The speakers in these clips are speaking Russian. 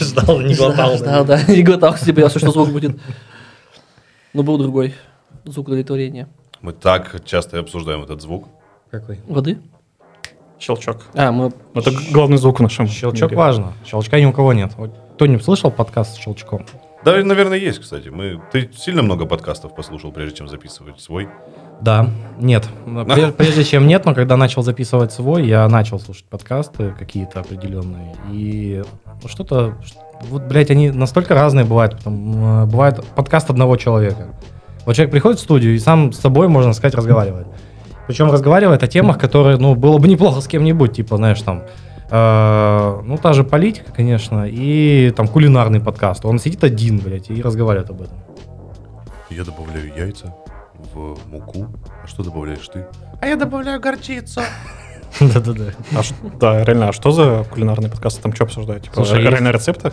Ждал, не глотал. Да, да, «А, да, не глотал себе, боялся, что звук будет. Но был другой звук удовлетворения. Мы так часто обсуждаем этот звук. Какой? Воды? Щелчок. А, мы... Это Ну, главный звук в нашем Щелчок мире. А важно. Щелчка ни у кого нет. Вот Кто не слышал подкаст с щелчком? Да, наверное, есть, кстати. Мы... Ты сильно много подкастов послушал, прежде чем записывать свой. Да, нет. Но пре- Прежде чем нет, но когда начал записывать свой, я начал слушать подкасты какие-то определенные. И ну, что-то... ш- Вот, блядь, они настолько разные бывают. Потом, э, бывает подкаст одного человека. Вот человек приходит в студию и сам с собой, можно сказать, разговаривает. Причем разговаривает о темах, которые, ну, было бы неплохо с кем-нибудь, типа, знаешь, там, э, ну, та же политика, конечно, и там кулинарный подкаст. Он сидит один, блядь, и разговаривает об этом. Я добавляю яйца в муку. А что добавляешь ты? А я добавляю горчицу. Да-да-да. А ш- да, реально, а что за кулинарный подкаст? Там что обсуждают? Типа, Слушай, ре- есть- реально рецепты?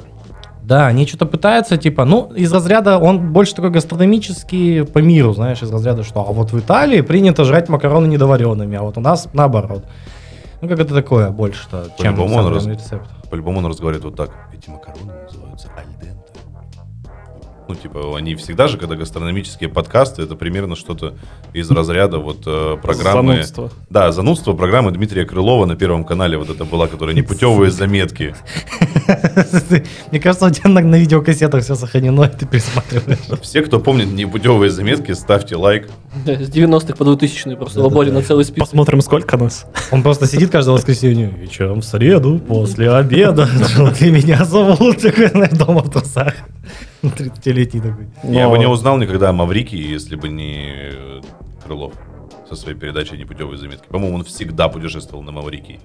Да, они что-то пытаются, типа, ну, из разряда, он больше такой гастрономический по миру, знаешь, из разряда, что, а вот в Италии принято жрать макароны недоваренными, а вот у нас наоборот. Ну, как это такое больше-то, чем По-любому сам он раз- прям рецепт. По-любому он разговаривает вот так. Эти макароны называются альденте. Ну, типа, они всегда же, когда гастрономические подкасты, это примерно что-то из разряда вот э, программы... Занудство. Да, занудство программы Дмитрия Крылова на Первом канале вот это была, которая непутевые заметки. Мне кажется, у тебя на, на видеокассетах все сохранено, и ты пересматриваешь. Все, кто помнит непутевые заметки, ставьте лайк. Да, с 90-х по 2000-е просто Да-да-да. лобали на целый список. Посмотрим, сколько нас. Он просто сидит каждое воскресенье, вечером в среду, после обеда, ты меня зовут, такой, знаешь, дома в трусах. 30-летний такой. Я Но- бы не узнал никогда о Маврике, если бы не э, Крылов со своей передачей «Непутевые заметки». По-моему, он всегда путешествовал на Маврикии.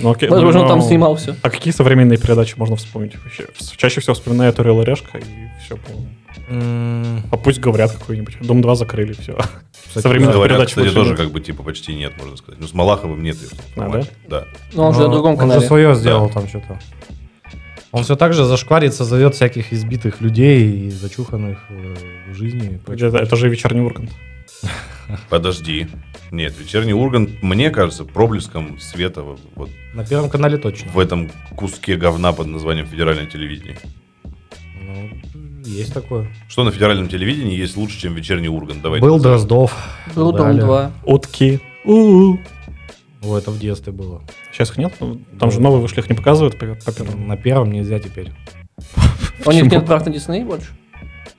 Ну, окей, Возможно, он ну, там снимал все. А какие современные передачи можно вспомнить вообще? Чаще всего вспоминаю Орел и Решка и все помню. М, А пусть говорят какой-нибудь. Дом 2 закрыли, все. Кстати, Современных Говорят, передач кстати, больше тоже нет. как бы типа почти нет, можно сказать. Ну, с Малаховым нет. её, А, понимаешь? Да. Но он же Но на другом Ну, Он же канале. свое сделал там что-то. Он все так же зашкварится, зовет всяких избитых людей и зачуханных э, в жизни. и прочее. Это, это же вечерний Ургант. Подожди. Нет, вечерний Ургант, мне кажется, проблеском света в- вот На первом канале точно. в этом куске говна под названием федеральное телевидение. Ну, есть такое. Что на федеральном телевидении есть лучше, чем вечерний Ургант? Давайте. Был Дроздов. Был дом Далее. 2. Утки. О, это в детстве было. Сейчас их нет? Ну, Там же новые вышли, их не показывают по, А по первому. На первом нельзя теперь. У них Почему? нет прав на Дисней больше?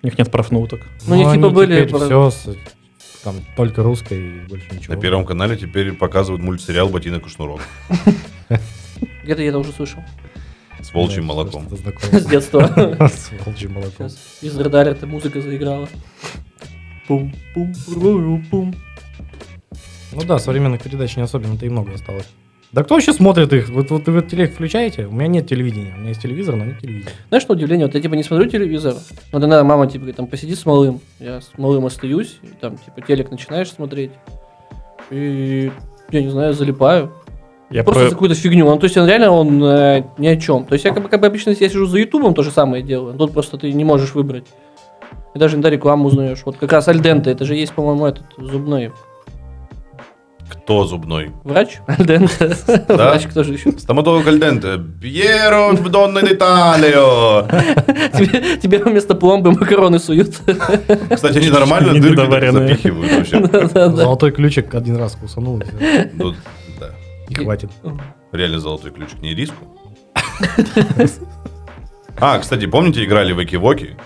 У них нет прав на уток. Ну, они типа были про- все там только русское и больше ничего. На Первом канале теперь показывают мультсериал «Ботинок и шнурок» Где-то я это уже слышал. с волчьим Да, молоком. что-то знакомое. С детства. С волчьим молоком. Сейчас из радара эта музыка заиграла. Пум, пум, пум, пум. Ну да, современных передач не особенно-то и много осталось. Да кто вообще смотрит их? Вот, вот вы телек включаете? У меня нет телевидения. У меня есть телевизор, но нет телевидения. Знаешь, на удивление, вот я типа не смотрю телевизор. Вот иногда мама типа говорит, там посиди с малым. Я с малым остаюсь, и там типа телек начинаешь смотреть. И я не знаю, залипаю. Я Просто про- за какую-то фигню. Ну, то есть он реально он э, ни о чем. То есть я как бы, как бы обычно, если я сижу за Ютубом, то же самое делаю. Тут просто ты не можешь выбрать. И даже иногда рекламу узнаешь. Вот как раз Альденте, это же есть, по-моему, этот зубной Кто зубной? врач. Альденте. Врач кто же еще? Стоматолог Альденте. Пьеро Донна Италио. Тебе, тебе вместо пломбы макароны суют. Кстати, они нормально Они дырки так недоваренные. запихивают вообще. Да-да. Золотой ключик один раз кусанул, и всё, Ну, да. и хватит. Реально золотой ключик, не риску. А, кстати, помните, играли в Эки-Воки?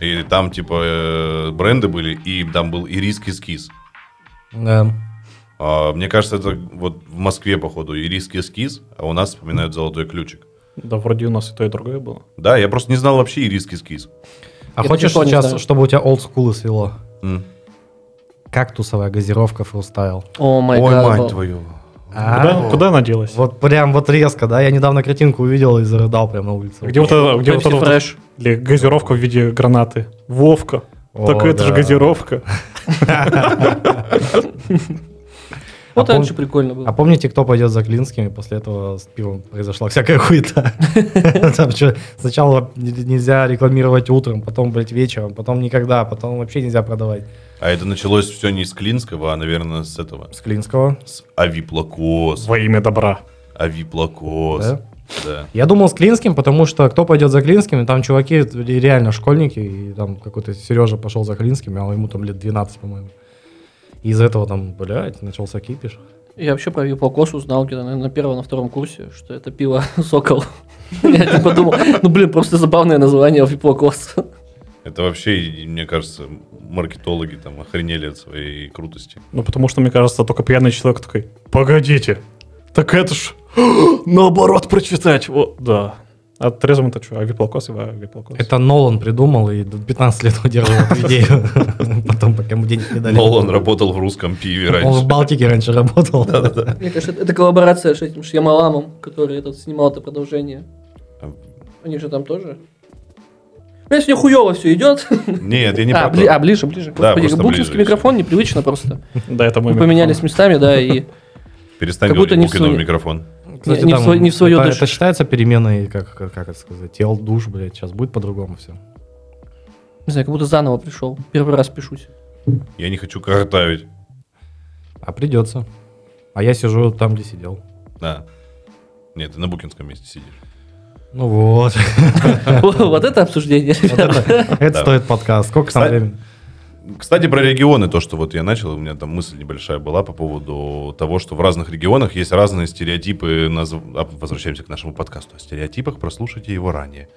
И там, типа, э, бренды были, и там был ириск эскиз. Да. А, Мне кажется, это вот в Москве, походу, ириск эскиз, а у нас вспоминают золотой ключик. Да, вроде у нас и то, и другое было. Да, я просто не знал вообще ириск эскиз. А Я хочешь тоже не сейчас, знаю. чтобы у тебя олдскулы свело? М. Кактусовая газировка фрустайл. О май Ой, мать гад. твою. Куда, куда она делась? А, Вот прям вот резко, да? Я недавно картинку увидел и зарыдал прям на улице. А Где вот это, где вот Pepsi это вот- Fresh. или газировка в виде гранаты? Вовка. О, так это же да. газировка. Вот А раньше пом- прикольно А было. помните, кто пойдет за Клинским, и после этого с пивом произошла всякая хуета? Там чё, Сначала н- нельзя рекламировать утром, потом, блядь, вечером, потом никогда, потом вообще нельзя продавать. А это началось все не с Клинского, а, наверное, с этого. С Клинского. С Авиплакос. Во имя добра. Авиплакос. Да? Да. Я думал с Клинским, потому что кто пойдет за Клинским, там чуваки ре- реально школьники, и там какой-то Сережа пошел за Клинским, а ему там лет 12, по-моему. И из этого там, блядь, начался кипиш. Я вообще про виплокос узнал где-то наверное, на первом, на втором курсе, что это пиво «Сокол». Я типа думал, ну блин, просто забавное название виплокос. Это вообще, и- и, мне кажется, маркетологи там охренели от своей крутости. Ну, потому что, мне кажется, только пьяный человек такой, погодите, так это ж наоборот прочитать. Вот, да. А трезвым-то что, авиплокос и авиплокос? Это Нолан придумал и до 15 лет удерживал эту идею. Потом, пока ему денег не дали. Нолан работал в русском пиве Он в раньше. Балтике раньше работал. Мне кажется, это коллаборация с этим Шьямаламом, который этот снимал это продолжение. У них же там тоже. Ну, Блять, у них хуево все идет. Нет, я не А, про бли- а, то. ближе, ближе. Да, Господи, просто букинский ближе, Ну, микрофон непривычно просто. Да, это мой Мы микрофон. поменялись местами, да, и Перестань как будто говорить не в Букинову своей- микрофон. не в свой- не в своё это, дышишь. это считается переменой, как, как, как это сказать, тел, душ, блядь, сейчас будет по-другому все. не знаю, как будто заново пришел. Первый раз пишусь. Я не хочу картавить. А придется. А я сижу там, где сидел. Да. Нет, ты на букинском месте сидишь. Ну вот. Вот это обсуждение. Вот Это это Да. стоит подкаст. Сколько там Кстати- времени? Кстати, про регионы, то, что вот я начал, у меня там мысль небольшая была по поводу того, что в разных регионах есть разные стереотипы. наз- а, Возвращаемся к нашему подкасту о стереотипах, прослушайте его ранее.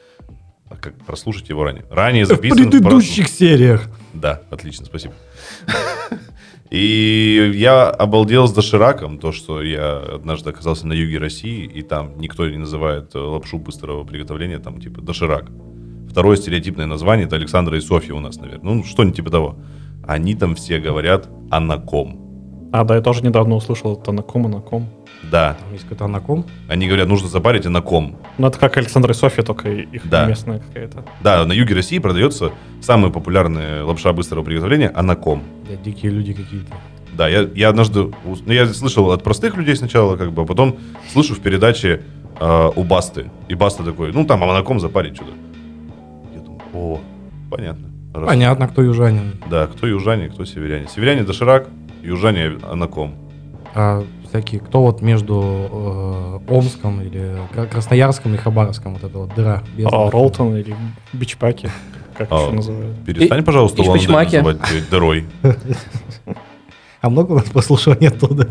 А как прослушайте его ранее? Ранее В записан. прослуш- предыдущих сериях. Да, отлично, спасибо. И я обалдел с дошираком, то, что я однажды оказался на юге России, и там никто не называет э, лапшу быстрого приготовления, там типа доширак. Второе стереотипное название это Александра и Софья у нас, наверное. Ну, что-нибудь типа того. Они там все говорят анаком. А, да, я тоже недавно услышал это на ком, на ком. Да. Там есть какой-то анаком. Они говорят, нужно запарить анаком. Ну, это как Александр и Софья, только их Да. местная какая-то. Да, на юге России продается самая популярная лапша быстрого приготовления анаком. Блядь, дикие люди какие-то. Да, я, я однажды... ус- Ну, я слышал от простых людей сначала, как бы, а потом слышу в передаче э, у Басты. И Баста такой, ну, там, аманаком запарить что-то. Я думаю, о, понятно. Раз- Понятно, кто южанин. Да, кто южане, кто северяне. Северяне доширак, южане анаком. А всякие, кто вот между э, Омском или Кра- Красноярском и Хабаровском, вот эта вот дыра. без- А, Ролтон или Бичпаки, как А. еще называют. Перестань, И- пожалуйста, и Улан-Удэ шпичмаки. называть э, дырой. А много у нас послушаний оттуда?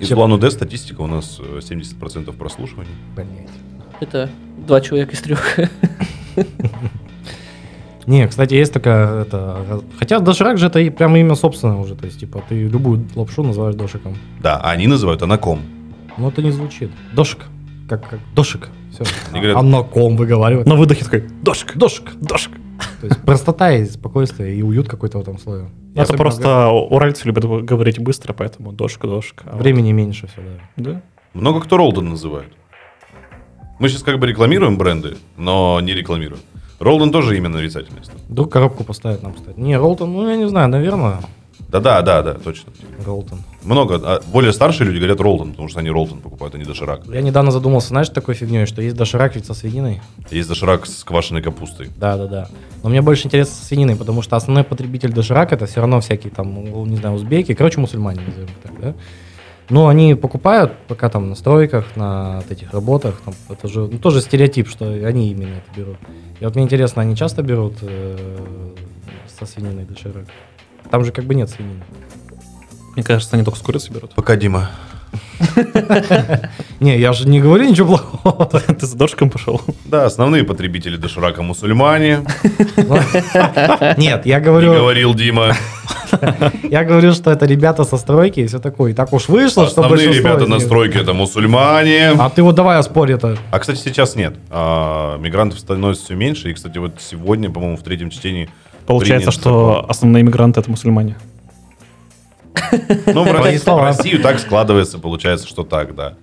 Из Чем- улан статистика у нас э, 70% прослушиваний. Блять. Это два человека из трех. Не, кстати, есть такая, это, раз- хотя доширак же это и прямо имя собственное уже, то есть, типа, ты любую лапшу называешь дошиком. Да, а они называют анаком. Но это не звучит. Дошик, как, как дошик, все. Они говорят- ком выговаривать. На выдохе такой, дошик, дошик, дошик. То есть, простота и спокойствие, и уют какой-то в этом слое. Это Особенно просто уральцы любят говорить быстро, поэтому дошик, дошик. А г- вот- Времени меньше все, да. Да? Много кто Ролден называют. Мы сейчас как бы рекламируем бренды, но не рекламируем. Ролден тоже именно нарицательное. Вдруг коробку поставят нам, кстати. Не, Ролтон, ну, я не знаю, наверное, Да, да, да, да, точно. Ролтон. Много. а более старшие люди говорят Ролтон, потому что они Ролтон покупают, а не доширак. Я недавно задумался, знаешь, такой фигней, что есть доширак ведь со свининой. Есть доширак с квашеной капустой. Да, да, да. Но мне больше интересно со свининой, потому что основной потребитель доширака это все равно всякие там, у- не знаю, узбеки, короче, мусульмане, назовем их так, да? Но они покупают, пока там на стройках, на вот этих работах, там, это же ну, тоже стереотип, что они именно это берут. И вот мне интересно, они часто берут э, со свининой доширак? Там же как бы нет свинины. Мне кажется, они только с курицей берут. Пока, Дима. Не, я же не говорю ничего плохого. Ты за дошиком пошел? Да, основные потребители доширака мусульмане. Нет, я Не говорю, говорил Дима. я говорю, что это ребята со стройки и все такое. И так уж вышло, что Основные большинство ребята из на них- стройке это мусульмане. А ты вот давай оспорь это. А, кстати, сейчас нет. А, мигрантов становится все меньше. И, кстати, вот сегодня, по-моему, в третьем чтении... Получается, принят что закон. основные мигранты это мусульмане. Ну, в Твои России- в слова. Россию так складывается, получается, что так, да.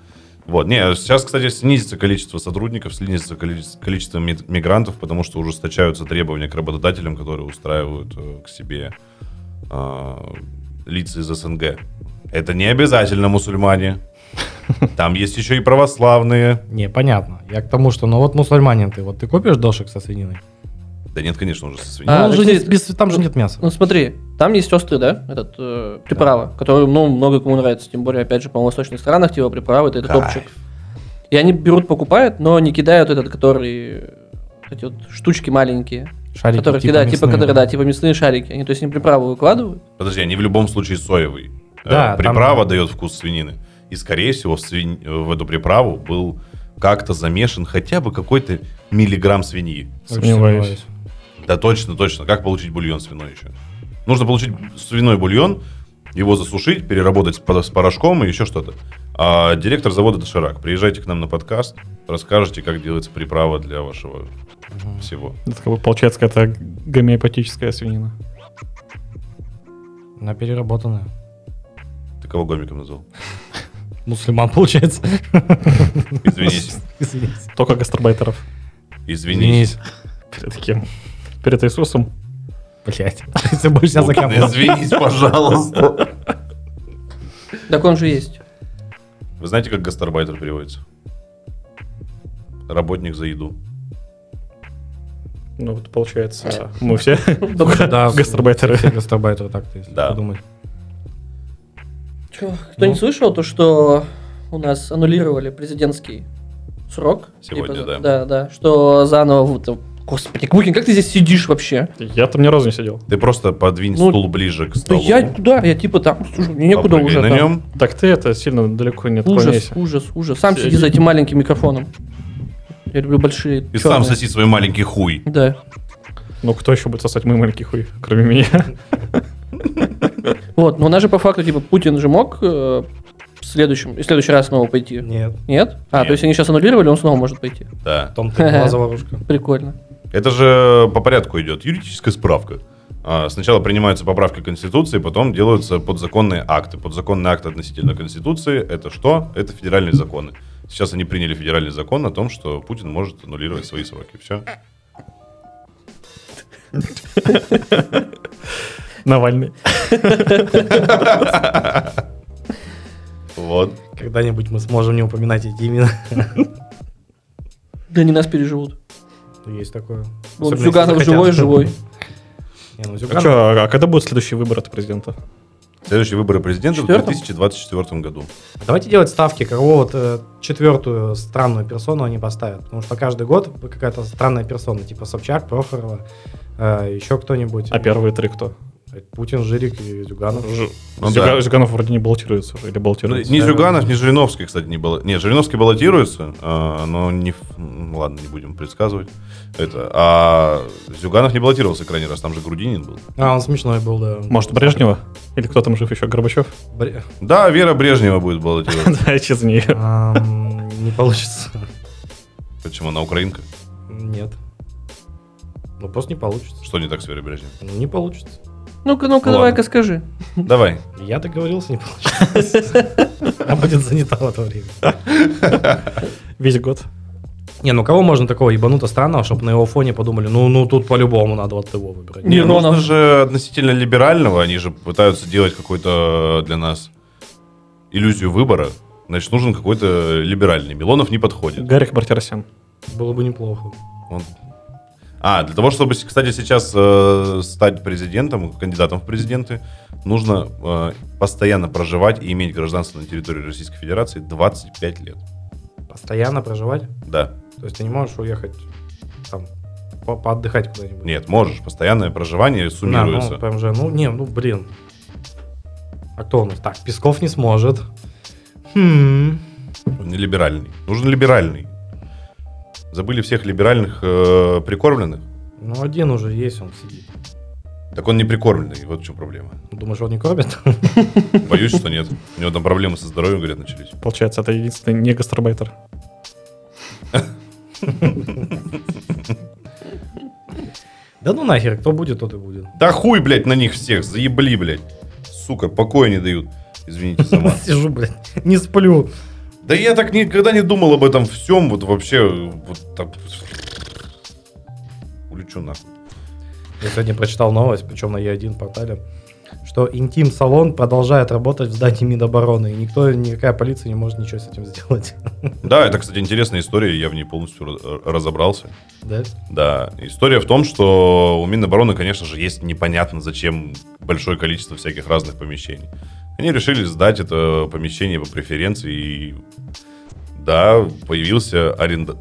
Вот, не, сейчас, кстати, снизится количество сотрудников, снизится количе- количество ми- мигрантов, потому что ужесточаются требования к работодателям, которые устраивают э, к себе э, лиц из СНГ. Это не обязательно мусульмане. Там есть еще и православные. Не, понятно. Я к тому, что ну вот мусульманин ты, вот ты купишь дошик со свининой? Да нет, конечно, уже со свиньей. А, Ну, он так же не- здесь- без- там же нет мяса. Ну смотри, Там есть острый, да, этот э, приправа, который, ну, много кому нравится. Тем более, опять же, по-моему, в восточных странах типа приправы это, это Кайф. топчик. И они берут, покупают, но не кидают этот, который э, эти вот штучки маленькие, Шарики которые типа кидают, типа, мясные. которые, да, типа мясные шарики. Они, то есть, не приправу выкладывают. Подожди, они в любом случае соевый. Да, Э, Приправа там- дает вкус свинины. И, скорее всего, в, свин- э, в эту приправу был как-то замешан хотя бы какой-то миллиграмм свиньи. Очень Сомневаюсь. сомневаюсь. Да точно, точно. Как получить бульон свиной еще? Нужно получить свиной бульон, его засушить, переработать с пор- с порошком и еще что-то. А директор завода Доширак, приезжайте к нам на подкаст, расскажете, как делается приправа для вашего всего. Это как бы получается какая-то гомеопатическая свинина. Она переработанная. Ты кого гомиком назвал? Мусульман, получается. Извинись. Извинись. Только гастарбайтеров. Извинись. Перед кем? Перед Иисусом. Блять. Если будешь сейчас за Извинись, компом. Ну, извинись, пожалуйста. Так он же есть. Вы знаете, как гастарбайтер переводится? Работник за еду. Ну, вот получается, мы все Да, гастарбайтеры. все Гастарбайтеры так-то, если Да. подумать. Чё, кто не Ну. слышал то, что у нас аннулировали президентский срок? Сегодня, за- да. Да, да. Что заново... вот, э, Господи, Кукин, как ты здесь сидишь вообще? Я там ни разу не сидел. Ты просто подвинь Ну, стул ближе к Да столу. я туда, я типа там, слушай, мне некуда Попрыгай уже. на там. нем. Так ты это сильно далеко не Ужас, отклоняйся. ужас, ужас. Сам Сиди. сиди за этим маленьким микрофоном. Я люблю большие. И сам чёрные. соси свой маленький хуй. Да. Ну, кто еще будет сосать мой маленький хуй, кроме меня? Вот, но у нас же по факту, типа, Путин же мог э, в следующем, в следующий раз снова пойти. Нет. Нет? А, Нет. то есть они сейчас аннулировали, он снова может пойти. Да. В том-то и была заварушка. Прикольно. Это же по порядку идет. Юридическая справка. А, Сначала принимаются поправки к Конституции, потом делаются подзаконные акты. Подзаконные акты относительно Конституции – это что? Это федеральные законы. Сейчас они приняли федеральный закон о том, что Путин может аннулировать свои сроки. Все. Навальный. Вот. Когда-нибудь мы сможем не упоминать эти имена. Да они нас переживут. Есть такое. Вот Особенно, Зюганов если захотят. живой, живой. Не, ну А, Зюганов- чё, а когда будут следующие выборы от президента? Следующие выборы президента в Четвёртом? 2024 году. Давайте делать ставки, кого вот э, четвертую странную персону они поставят. Потому что каждый год какая-то странная персона, типа Собчак, Прохорова, э, еще кто-нибудь. Э, А первые три кто? Путин, Жирик и Зюганов. Ж- Ну Зюга- да. Зюганов вроде не баллотируется уже, или Ну, баллотируется. Ни Зюганов, ни Жириновский, кстати, не было. Нет, Жириновский баллотируется, а, но не... в- м, Ладно, не будем предсказывать. Это. А Зюганов не баллотировался крайний раз, там же Грудинин был. А, он смешной был, да. Может, Брежнева? Или кто там жив еще? Горбачев? Бре- Да, Вера Брежнева будет баллотироваться. Да, через нее. Ам, Не получится. Почему? Она украинка? Нет. Ну, просто не получится. Что не так с Верой Брежневой? Ну, не получится. Ну-ка, ну-ка, Ладно. давай-ка скажи. Давай. Я договорился, не получится. Она будет занята в это время. Весь год. Не, ну кого можно такого ебанута странного, чтобы на его фоне подумали, ну, ну тут по-любому надо вот его выбрать. Не, ну, Миронов. нужно же относительно либерального, они же пытаются делать какой-то для нас иллюзию выбора. Значит, нужен какой-то либеральный. Милонов не подходит. Гарик Бартиросян. Было бы неплохо. Он- А, для того, чтобы, с- кстати, сейчас э, стать президентом, кандидатом в президенты, нужно э, постоянно проживать и иметь гражданство на территории Российской Федерации 25 лет. Постоянно проживать? Да. То есть ты не можешь уехать там по- поотдыхать куда-нибудь? Нет, можешь. Постоянное проживание Да, суммируется. ну, ПМЖ, ну, не, ну, блин. А кто у нас? Так, Песков не сможет. Хм. Он Не либеральный. Нужен либеральный. Забыли всех либеральных э, прикормленных? Ну, один уже есть, он сидит. Так он не прикормленный, вот в чем проблема. Думаешь, он не кормит? Боюсь, что нет. У него там проблемы со здоровьем, говорят, начались. Получается, это единственный не гастарбайтер. Да ну нахер, кто будет, тот и будет. Да хуй, блядь, на них всех, заебли, блядь. Сука, покоя не дают. Извините, сама. Сижу, блядь, не сплю. Да я так никогда не думал об этом всем, вот вообще, вот так. Улечу нахуй. Я сегодня прочитал новость, причем на Е1 портале, что интим-салон продолжает работать в здании Минобороны, и никто, никакая полиция не может ничего с этим сделать. Да, это, кстати, интересная история, я в ней полностью ра- разобрался. Да? Да, история в том, что у Минобороны, конечно же, есть непонятно зачем большое количество всяких разных помещений. Они решили сдать это помещение по преференции, и да, появился аренда...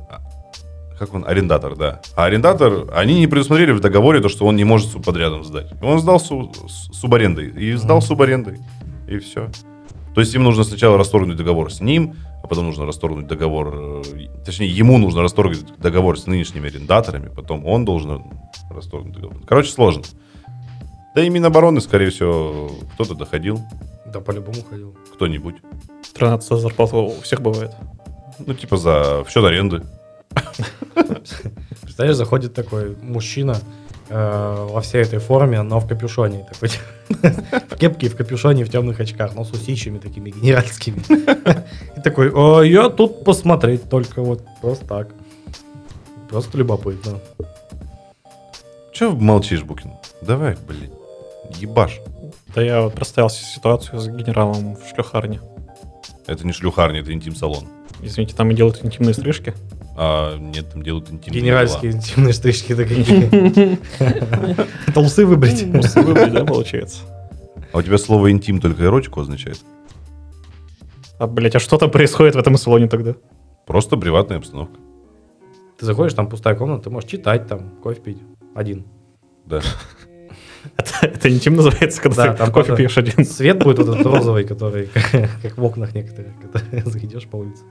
Как он? Арендатор, да. А арендатор, они не предусмотрели в договоре то, что он не может субподрядом сдать. И Он сдал су- с субарендой. И сдал субарендой. И все. То есть им нужно сначала расторгнуть договор с ним, а потом нужно расторгнуть договор, э, точнее, ему нужно расторгнуть договор с нынешними арендаторами, потом он должен расторгнуть договор. Короче, сложно. Да и Минобороны, скорее всего, кто-то доходил, Да, по-любому ходил. кто-нибудь. 13 зарплат у всех бывает. Ну, типа за в счет аренды. Представляешь, заходит такой мужчина э, во всей этой форме, но в капюшоне. Такой, в кепке, и в капюшоне, и в темных очках, но с усищами такими генеральскими. И такой, «О, я тут посмотреть только вот просто так. Просто любопытно. Че молчишь, Букин? Давай, блин, ебаш. Да я вот представил си- ситуацию с генералом в шлюхарне. Это не шлюхарня, это интим-салон. Извините, там и делают интимные стрижки. А, нет, там делают интим. Генеральские интимные штришки такие. Это усы выбрить. Мусы выбрали, да, получается? А у тебя слово интим только эротику означает? А, блять, а что там происходит в этом салоне тогда? Просто приватная обстановка. Ты заходишь, там пустая комната, ты можешь читать, там, кофе пить. Один. Да. Это, это интим называется, когда Да, ты там кофе тоже- пьешь один. Свет будет вот этот розовый, который как, как в окнах некоторых, когда зайдешь по улице.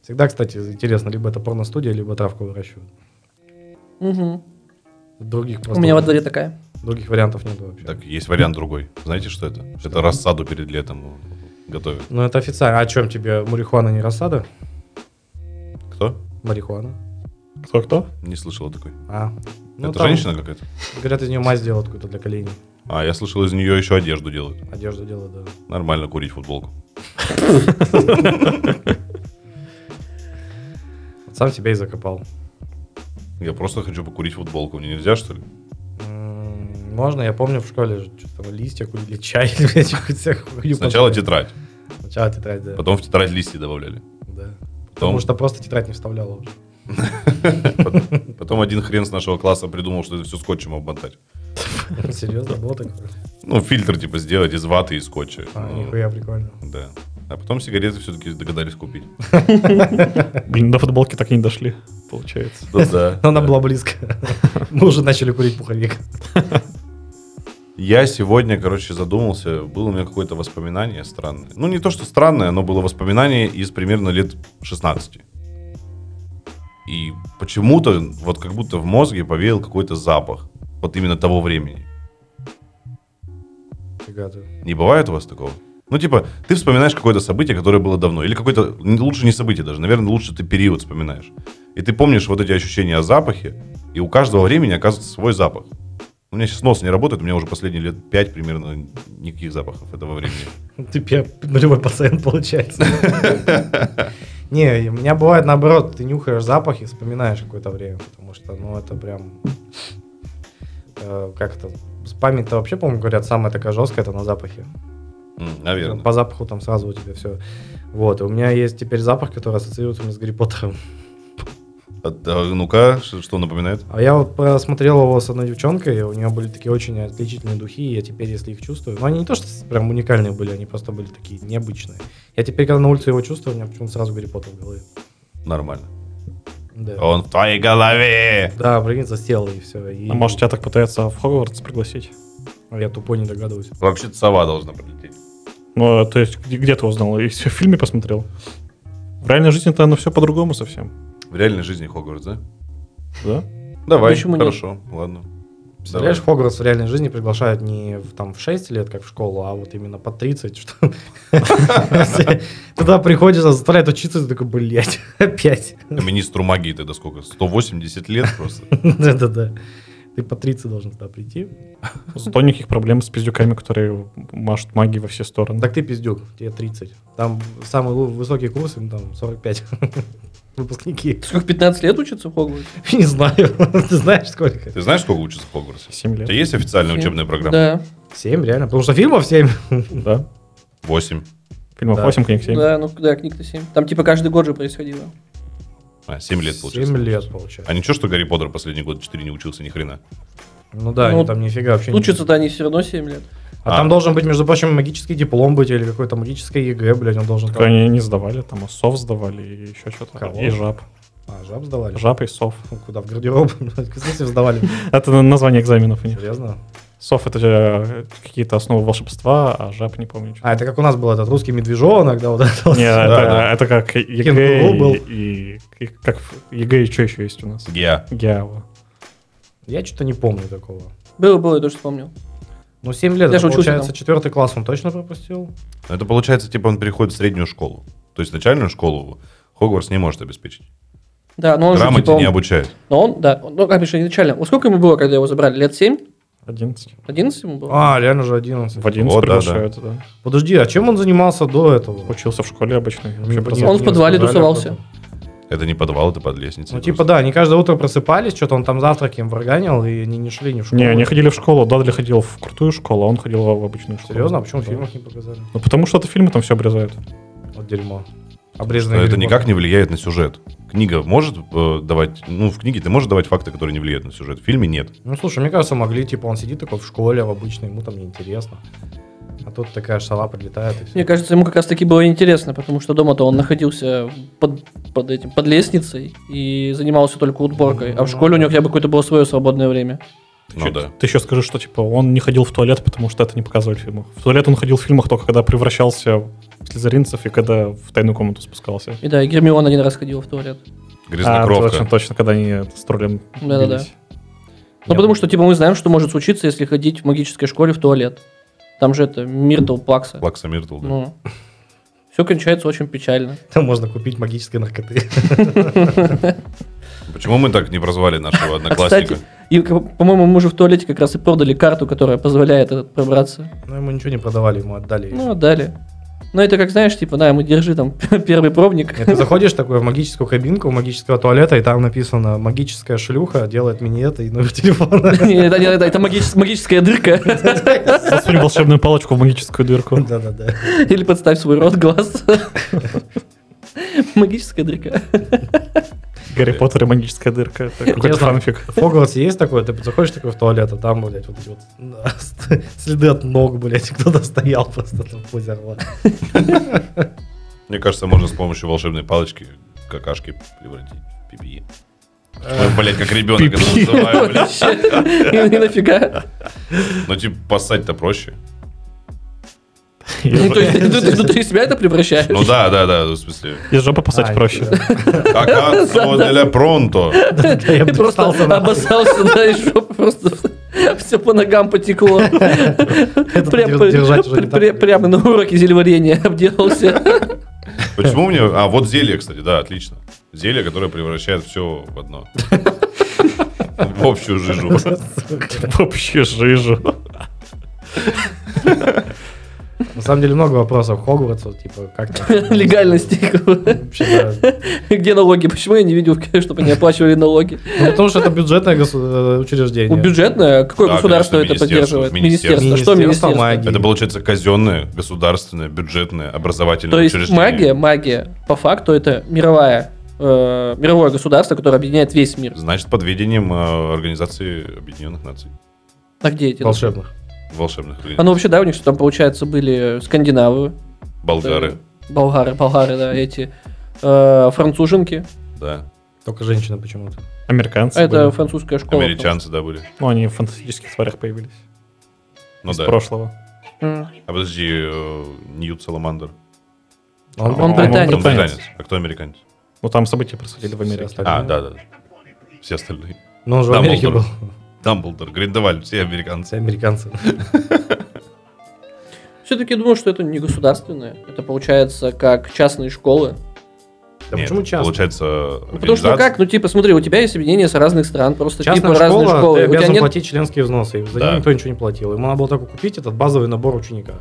Всегда, кстати, интересно, либо это порностудия, либо травку выращивают. Мгм. Других У просто- меня во дворе такая. других вариантов нет вообще. Так, есть вариант другой. Знаете, что это? Это рассаду перед летом готовят. Ну это официально. А о чем тебе марихуана не рассада? Кто? Марихуана. Кто-кто? Не слышал такой. А. Ну, это там, женщина какая-то? Говорят, из нее мазь делают какую-то для коленей. А, я слышал, из нее еще одежду делают. Одежду делают, да. Нормально курить футболку. Вот сам себя и закопал. Я просто хочу покурить футболку. Мне нельзя, что ли? М, Можно, я помню, в школе же что-то листья курили, чай, блядь, всякую Сначала тетрадь. тетрадь, Сначала тетрадь, да. потом в тетрадь листья добавляли. Да. Потом, Потому что просто тетрадь не вставляла уже. потом один хрен с нашего класса придумал, что это все скотчем обмотать. Серьезно, было такое? Ну, фильтр типа сделать из ваты и скотча. А, Ну, нихуя прикольно. да. А потом сигареты все-таки догадались купить. Блин, до футболки так и не дошли, получается. Да, да. Но она была близко. Мы уже начали курить пуховик. Я сегодня, короче, задумался, было у меня какое-то воспоминание странное. Ну, не то, что странное, но было воспоминание из примерно лет 16. И почему-то, вот как будто в мозге повеял какой-то запах. Вот именно того времени. Фига ты. Не бывает у вас такого? Ну, типа, ты вспоминаешь какое-то событие, которое было давно. Или какое-то, н- лучше не событие даже, наверное, лучше ты период вспоминаешь. И ты помнишь вот эти ощущения о запахе, и у каждого времени оказывается свой запах. У меня сейчас нос не работает, у меня уже последние лет пять примерно никаких запахов этого времени. Ты пе- Типа, нулевой пациент, получается. Не, у меня бывает наоборот, ты нюхаешь запах и вспоминаешь какое-то время, потому что, ну, это прям... э, Как это? С Память-то вообще, по-моему, говорят, самая такая жесткая, это на запахе. М, Наверное. По запаху там сразу у тебя все. Вот, и у меня есть теперь запах, который ассоциируется у меня с Гарри Поттером. А, да, ну-ка, ш- что напоминает? А я вот посмотрел его с одной девчонкой, у нее были такие очень отличительные духи, и я теперь, если их чувствую, но они не то, что с- прям уникальные были, они просто были такие необычные. Я теперь, когда на улице его чувствую, у меня почему-то сразу Гарри Поттер в голове. Нормально. Да. Он в твоей голове! Да, прикинь, засел и все. И ну, А может, тебя так пытаются в Хогвартс пригласить? Я тупой не догадываюсь. Вообще-то сова должна прилететь. Ну, а то есть, где, где ты узнал? И все в фильме посмотрел? В реальной жизни-то оно все по-другому совсем, В реальной жизни Хогвартс, да? да? Давай, Почему нет? хорошо, ладно. Давай. Представляешь, в Хогвартс в реальной жизни приглашают не в, там, в 6 лет, как в школу, а вот именно по 30, что туда приходишь, а заставляют учиться, и ты такой, блядь, опять. А Министру магии тогда сколько? 180 лет просто. Да-да-да. Ты по 30 должен туда прийти. Зато никаких проблем с пиздюками, которые машут магией во все стороны. Так ты пиздюк, тебе 30. Там самый лу- высокий курс, им там 45. Выпускники. Сколько, 15 лет учатся в Хогвартсе? Не знаю. Ты знаешь, сколько? Ты знаешь, сколько учатся в Хогвартсе? 7 У лет. тебя есть официальная Семь. учебная программа? Да, 7, реально. Потому что фильмов 7. Да. Восемь. Фильмов Да. 8, книг 7. да, ну да, книг-то 7. Там типа каждый год же происходило. А, семь лет получается. 7 лет, получается. А ничего, что Гарри Поттер последний год четыре не учился ни хрена? Ну да, Ну, они там нифига вообще не- Учатся-то они все равно 7 лет. А, там должен быть, между прочим, магический диплом быть или какой-то магическое ЕГЭ, блядь, он должен... Так они не сдавали, там и сов сдавали, и еще что-то. Кого? И жаб. А, жаб сдавали? Жаб и сов. Ну, Куда, в гардероб? В смысле сдавали? Это на- название экзаменов у них. Серьезно? Сов это же какие-то основы волшебства, а жаб не помню. что. А, это как у нас был этот русский медвежонок, А, да, вот это вот. Не, это, да. это как Кенгуру ЕГЭ был. и, и как в- ЕГЭ и что еще есть у нас? Я. Геава. Я что-то не помню такого. Было, было, я тоже вспомнил. Ну, 7 лет, Я это же учился получается, там. четвертый класс он точно пропустил. Но Это получается, типа он переходит в среднюю школу. То есть начальную школу Хогвартс не может обеспечить. Да, но он же, типа, Грамоте он- не обучает. Но он, да, он, ну, как пишет изначально. Вот сколько ему было, когда его забрали? Лет 7? 11. 11 ему было? А, реально же 11. В 11 да, приглашают, да, Подожди, а чем он занимался до этого? Учился в школе обычной. Мне вообще бы просто- нет, Он в не подвале сказали тусовался. об этом. Это не подвал, это под лестницей. Ну, типа, да, они каждое утро просыпались, что-то он там завтраки им варганил, и они не шли ни в школу. Не, они ходили в школу. Дадли ходил в крутую школу, а он ходил в в обычную школу. Серьезно, а почему в Да. фильмах не показали? Ну, потому что это фильмы там все обрезают. Вот дерьмо. Но Обрезанное это дерьмо. никак не влияет на сюжет. Книга может э, давать, ну, в книге ты можешь давать факты, которые не влияют на сюжет. В фильме нет. Ну, слушай, мне кажется, могли, типа, он сидит такой в школе, в обычной, ему там неинтересно. А тут такая шала прилетает и все. Мне кажется, ему как раз таки было интересно, потому что дома-то он находился под, под этим, под лестницей и занимался только отборкой. А в школе у него хотя бы какое-то было свое свободное время. Ну Чё- да. Ты еще скажи, что типа он не ходил в туалет, потому что это не показывали в фильмах. В туалет он ходил в фильмах только когда превращался в слизеринцев и когда в тайную комнату спускался. И да, и Гермион один раз ходил в туалет. Ну, А, Грязнокровка. точно, точно, когда они с троллем Да-да-да. бились. Ну, потому что, типа, мы знаем, что может случиться, если ходить в магической школе в туалет. Там же это Миртл Плакса. Плакса Миртл, да. Ну, все кончается очень печально. Там можно купить магические наркоты. Почему мы так не прозвали нашего А, кстати, одноклассника? и, к- по-моему, мы же в туалете как раз и продали карту, которая позволяет этот пробраться. Но Ну, ему ничего не продавали, ему отдали. Ну, отдали. Ну, это как, знаешь, типа, на, ему держи там первый пробник. Нет, Ты заходишь такой в магическую кабинку, у магического туалета, и там написано «Магическая шлюха делает миниеты и номер телефона». Не, Это не- это- это магичес- магическая дырка. Засунь волшебную палочку в магическую дырку. Да-да-да. Или подставь свой рот, глаз. Магическая дырка. Э, Гарри Поттер и магическая дырка. Это какой-то Честно? фанфик. В Хогвартсе есть такое? Ты заходишь такой в туалет, а там, блядь, вот эти вот да, ст- следы от ног, блядь, кто-то стоял просто там позе орла. Мне кажется, можно с помощью волшебной палочки какашки превратить в пипи. Ой, блядь, как ребенок это называю, блядь. Вообще. И и нафига? Ну, типа, поссать-то проще. Ну, то есть ты- ты ты внутри себя это превращаешь? Ну да, да, да, в смысле. Из жопы посадить А, проще. Какацо для пронто. Да, я Ты просто достался нахуй. обоссался, да, и жопа просто все по ногам потекло. Прям держ- держать уже не так пр- пр- будет. Прямо на уроке зельеварения обделался. Почему мне... А, вот зелье, кстати, да, отлично. Зелье, которое превращает все в одно. В общую жижу. Вообще жижу. На самом деле много вопросов к Хогвартсу, типа, как там? Легальности. Вообще, да. Где налоги? Почему я не видел, чтобы они оплачивали налоги? Ну, потому что это бюджетное госу- э, учреждение. У бюджетное? Какое Да, государство конечно, это поддерживает? министерство. Министерство. Что Министерство министерство? магии. Это, получается, казенное, государственное, бюджетное, образовательное То есть Ну, учреждение. магия, магия, по факту это мировая, э, мировое государство, которое объединяет весь мир. Значит, под ведением э, Организации Объединенных Наций. А где эти? Волшебных. Волшебных А ну вообще, да, у них что там, получается, были скандинавы, болгары. болгары, болгары, да, эти э, француженки. Да. Только женщины почему-то. Американцы. А это были. французская школа. Американцы, да, были. Ну, они в фантастических тварях появились. Ну из да. прошлого. М. А подожди, э, Ньют Саламандр. Он, А, Он британец. Он Британец. британец. А кто американец? Ну, там события происходили в Америке. Все А, остальные. да, да. Все остальные. Но он же в Да, Америке был. Молдор. Дамблдор, Гриндевальд, все американцы. Все американцы. Все-таки думаю, что это не государственное. Это получается как частные школы. Да Нет, почему часто? Получается, Ну, потому что организация- как, ну типа смотри, у тебя есть объединение с разных стран, просто Частная типа разные школа, школы. ты У тебя обязан нет платить членские взносы. и За Да. них никто ничего не платил. Ему надо было только купить этот базовый набор ученика.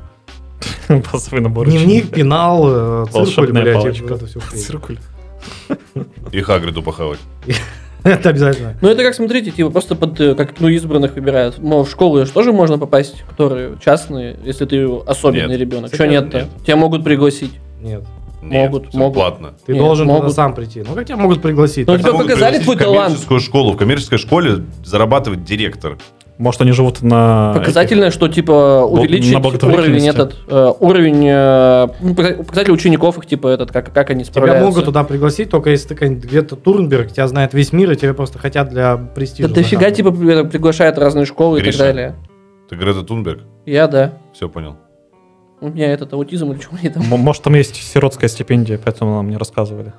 Базовый набор. Дневник, пенал, э, циркуль, Волшебная блядь, и палочка. вот это всё хрень. Циркуль. И Хагриду похавать. Это обязательно. Ну это как, смотрите, типа просто под, э, как ну, избранных выбирают. Но в школу же тоже можно попасть, которые частные, если ты особенный Нет. ребенок. Че Конечно, нет-то? нет. Тебя могут пригласить. Нет. Нет, Могут, всё могут. Платно. Ты Нет, должен туда могут. сам прийти. Ну, как тебя могут пригласить? Ну, Так, тебя Могут показали пригласить твой в талант. коммерческую школу. В коммерческой школе зарабатывает директор. Может, они живут А, на... Показательное, что типа увеличить на уровень благотворительности. этот, э, уровень, э, ну, показа- показатель учеников их типа этот, как, как они Тебя справляются. могут туда пригласить, только если ты какой-нибудь где-то Турнберг, тебя знает весь мир, и тебя просто хотят для престижа. Да дофига нахрен. типа при- приглашают разные школы и Гриша. так далее. Ты Грета Тунберг? Я, да. Все понял. У меня этот аутизм или что мне там. М- Может, там есть сиротская стипендия, поэтому нам не рассказывали.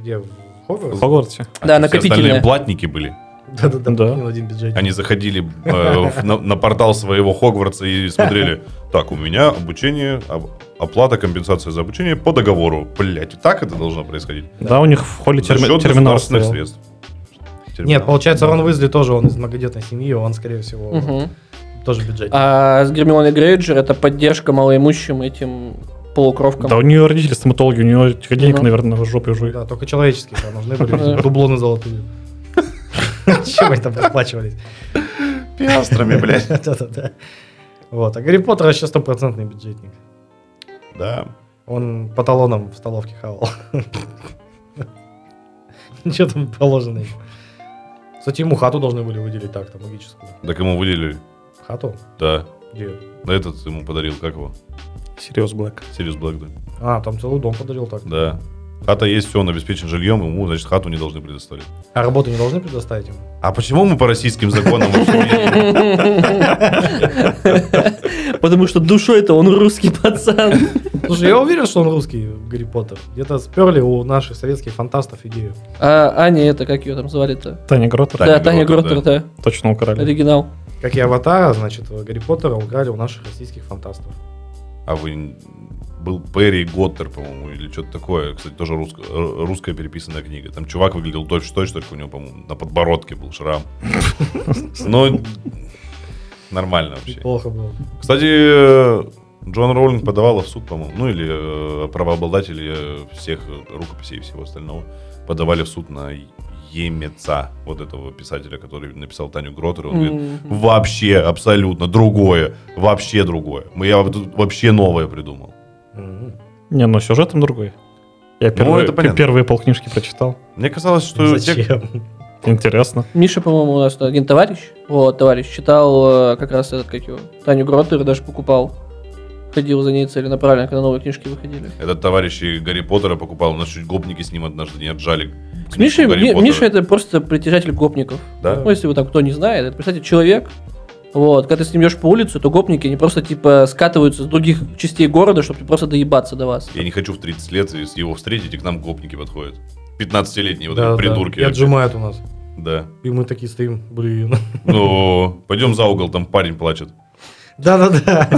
Где? В В Хогвартсе? Хогвартсе? Да, А Все остальные накопительное. платники были. Да-да-да, Да. ни на один бюджет. Они заходили э, в- на, на портал своего Хогвартса и смотрели, так, у меня обучение, об- оплата, компенсация за обучение по договору. Блять, так это должно происходить? Да, у них в холле За терми- счет терминал государственных стоял. средств. Нет, Терминал. получается, Рон Уизли тоже, он из многодетной семьи, он, скорее всего, Мгм. тоже бюджет. А с Гермионой Грейджер это поддержка малоимущим этим полукровкам. Да, у нее родители стоматологи, у нее этих денег, Ну. наверное, в жопе уже. Да, только человеческие да, нужны были Да. дублоны золотые. Чем они там расплачивались? Пиастрами, блядь. Да-да-да. Вот, а Гарри Поттер вообще стопроцентный бюджетник. Да. Он по талонам в столовке хавал. Ничего там положено ему. Кстати, ему хату должны были выделить так-то, магическую. Так ему выделили. Хату? Да. Где? Да этот ему подарил, как его? Серьез, Блэк. Сириус Блэк, да. А, там целый дом подарил так. Да. Хата есть, все, он обеспечен жильем, ему, значит, хату не должны предоставить. А работу не должны предоставить ему? А почему мы по российским законам вообще ездим? Потому что душой-то он русский пацан. Слушай, я уверен, что он русский, Гарри Поттер. Где-то сперли у наших советских фантастов идею. А Аня это, как ее там звали-то? Таня Гротер. Таня Да, Таня Гротер, Гротер, да. Точно украли. Оригинал. Как и Аватара, значит, Гарри Поттера украли у наших российских фантастов. А вы... Был Перри Готтер, по-моему, или что-то такое. Кстати, тоже русско- э, русская переписанная книга. Там чувак выглядел точь-в-точь, только у него, по-моему, на подбородке был шрам. Но нормально вообще. Плохо было. Кстати, э, Джон Роулинг подавала в суд, по-моему, ну или э, правообладатели э, всех э, рукописей и всего остального подавали в суд на Емеца, вот этого писателя, который написал Таню Гротер. и Он говорит, Мгм. вообще абсолютно другое, вообще другое. Мы- Я вот тут вообще новое придумал. М. Не, ну сюжет там другой. Я первые, Ну, это понятно. первые полкнижки прочитал. Мне казалось, что те- Ну, Зачем? Интересно. Миша, по-моему, у нас один товарищ, вот, товарищ, читал э, как раз этот, как его, Таню Гротер, даже покупал. Ходил за ней целенаправленно, когда новые книжки выходили. этот товарищ и Гарри Поттера покупал, у нас чуть гопники с ним однажды не отжали. С Мишей, Гарри Ми- Поттера. Миша это просто притяжатель гопников. Да? Ну, если вы там кто не знает, это, представьте, человек, вот, когда ты с ним идешь по улице, то гопники, они просто, типа, скатываются с других частей города, чтобы просто доебаться до вас. Я не хочу в 30 лет его встретить, и к нам гопники подходят. 15-летние вот Да, эти да. придурки. И отжимают у нас. Да. И мы такие стоим, блин. Ну, пойдем за угол, там парень плачет.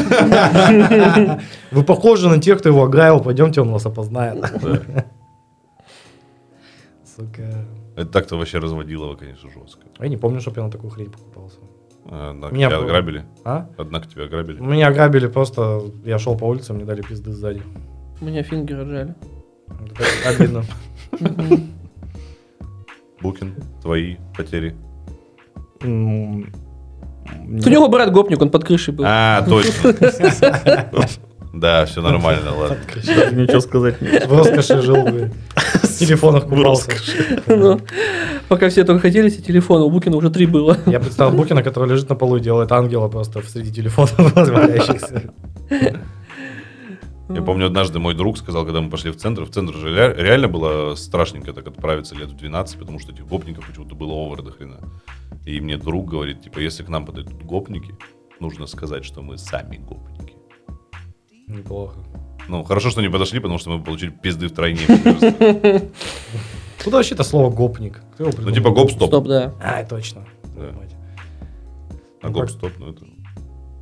Да-да-да. Вы похожи на тех, кто его ограбил, пойдемте, он вас опознает. Да. Сука. Это так-то вообще разводило, его, конечно, жестко. А Я не помню, чтоб я на такую хрень покупался. А, Однако Меня тебя было. ограбили. А? Однако тебя ограбили. Меня ограбили просто, я шел по улице, мне дали пизды сзади. Меня фингер отжали. Это так обидно. Мгм. Букин, твои потери. М, У него брат гопник, он под крышей был. А, точно. Да, все нормально, ладно. Ничего сказать не В роскоши жил бы. В телефонах купался. Ну, Пока все только хотели, все телефоны, у Букина уже три было. Я представил Букина, который лежит на полу и делает ангела просто среди телефонов разваляющихся. Я помню, однажды мой друг сказал, когда мы пошли в центр, в центр же ре- реально было страшненько так отправиться лет в 12, потому что этих гопников почему-то было овер до хрена. И мне друг говорит, типа, если к нам подойдут гопники, нужно сказать, что мы сами гопники. Неплохо. Ну, хорошо, что не подошли, потому что мы получили пизды втройне. мне кажется. Куда вообще-то Ну, слово гопник? Кто его Ну, придумал? типа гоп-стоп. Стоп, да. А, точно. Да. Мать. А гоп-стоп, ну это...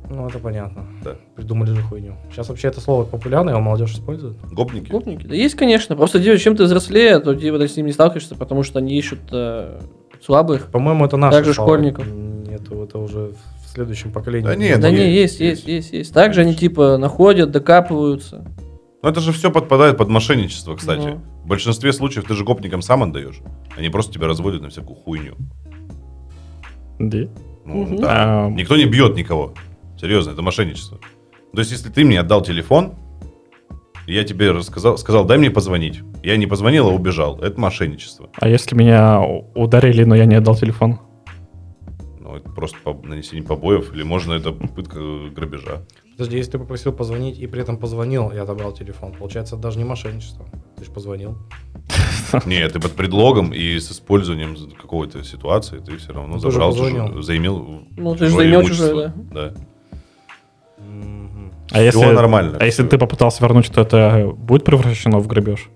Ну, это понятно. Да. Придумали же хуйню. Сейчас вообще это слово популярное, его молодежь использует. Гопники? Гопники, да есть, конечно. Просто типа, чем ты взрослее, то типа, ты с ними не сталкиваешься, потому что они ищут э, слабых. По-моему, это наше Также слово. школьников. Нет, это уже в следующем поколении. Да нет, да ну, не, есть, есть, есть. есть, есть, есть. Также они типа находят, докапываются. Ну это же все подпадает под мошенничество, кстати. Ну. В большинстве случаев ты же гопникам сам отдаешь. Они просто тебя разводят на всякую хуйню. Да. Ну, Мгм. да. А, Никто не бьет никого. Серьезно, это мошенничество. То есть, если ты мне отдал телефон, и я тебе рассказал, сказал, дай мне позвонить. Я не позвонил, а убежал. Это мошенничество. А если меня у- ударили, но я не отдал телефон? Ну, там это просто по- нанесение побоев, или можно это попытка грабежа. Подожди, если ты попросил позвонить и при этом позвонил и отобрал телефон, получается, это даже не мошенничество. Ты же позвонил. Нет, ты под предлогом и с использованием за- какой-то ситуации ты все равно Тоже забрал, позвонил. чужое- заимел Ну, ты же чужое займёл имущество. чужое, да. Мгм. А если, Всё нормально. А если ты попытался вернуть, то это будет превращено в грабеж?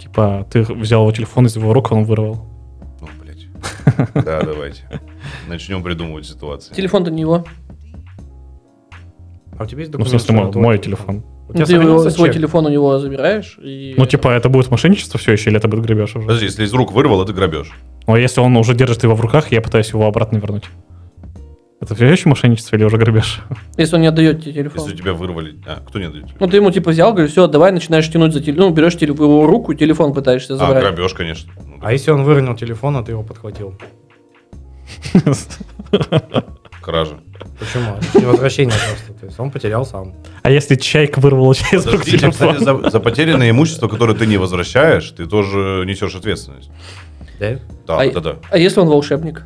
Типа, ты взял его телефон из его рук, он вырвал. Ну, блядь. Да, давайте. Начнем придумывать ситуации. Телефон-то не его. А у тебя есть Ну, в документ? смысле, что мой, это мой твой телефон. У Ну, тебя Ты его- сохранился свой чек? телефон у него забираешь и... Ну, типа, это будет мошенничество все еще, или это будет грабеж уже? Подожди, если из рук вырвал, это грабеж. Ну, а если он уже держит его в руках, я пытаюсь его обратно вернуть. Это все еще мошенничество или уже грабеж? Если он не отдает тебе телефон. Если у тебя вырвали... А, кто не отдает тебе? Ну, ты ему типа взял, говоришь, все, давай, начинаешь тянуть за телефон. Ну, берешь теле- его руку, телефон пытаешься А, забрать. грабеж, конечно. Ну, А если он выронил телефон, а ты его подхватил? Кража. Почему? Это же Возвращение просто. То есть он потерял сам. А если чайка вырвала из рук Подождите, кстати, телефон? за, за потерянное имущество, которое ты не возвращаешь, ты тоже несешь ответственность. Да? Да, А- да, да. А если он волшебник?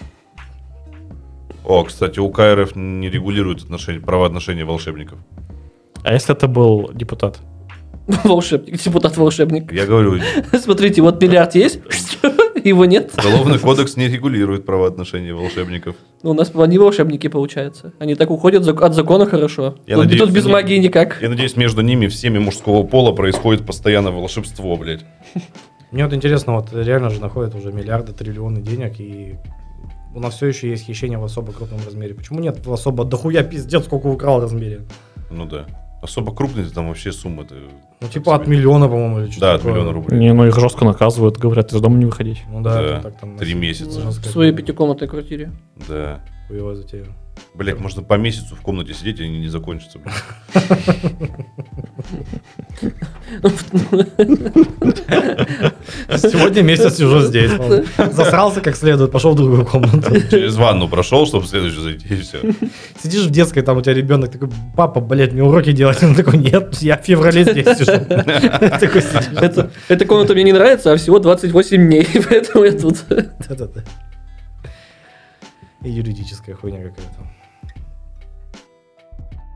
О, кстати, у КРФ не регулируют отношения, права отношений волшебников. А если это был депутат? Волшебник, депутат-волшебник. Я говорю, Смотрите, вот бильярд есть, его нет. Уголовный кодекс не регулирует права отношений волшебников. Ну, у нас они волшебники, получается. Они так уходят зак- от закона хорошо. Я тут, надеюсь, тут без они- магии никак. Я надеюсь, между ними всеми мужского пола происходит постоянно волшебство, блядь. Мне вот интересно, вот реально же находят уже миллиарды, триллионы денег, и у нас все еще есть хищение в особо крупном размере. Почему нет в особо дохуя пиздец, сколько украл размере? Ну да. Особо крупные там вообще суммы. ты- Ну, типа от миллиона, по-моему, или что-то Да, от такое. миллиона рублей. Не, ну их жестко наказывают, говорят, из дома не выходить. Ну да, Да, это так там... три на- месяца. жестко В своей хуевая пятикомнатной квартире. Да. затея. Блядь, можно по месяцу в комнате сидеть, и они не закончатся, блядь. Сегодня месяц сижу здесь. вон. Засрался как следует, пошел в другую комнату. Через ванну прошел, чтобы в следующую зайти, и все. Сидишь в детской, там у тебя ребенок такой, папа, блядь, мне уроки делать. Он такой, нет, я в феврале здесь сижу. Такой сидишь. Это, эта комната мне не нравится, а всего 28 дней, поэтому я тут. Да-да-да. И юридическая хуйня какая-то.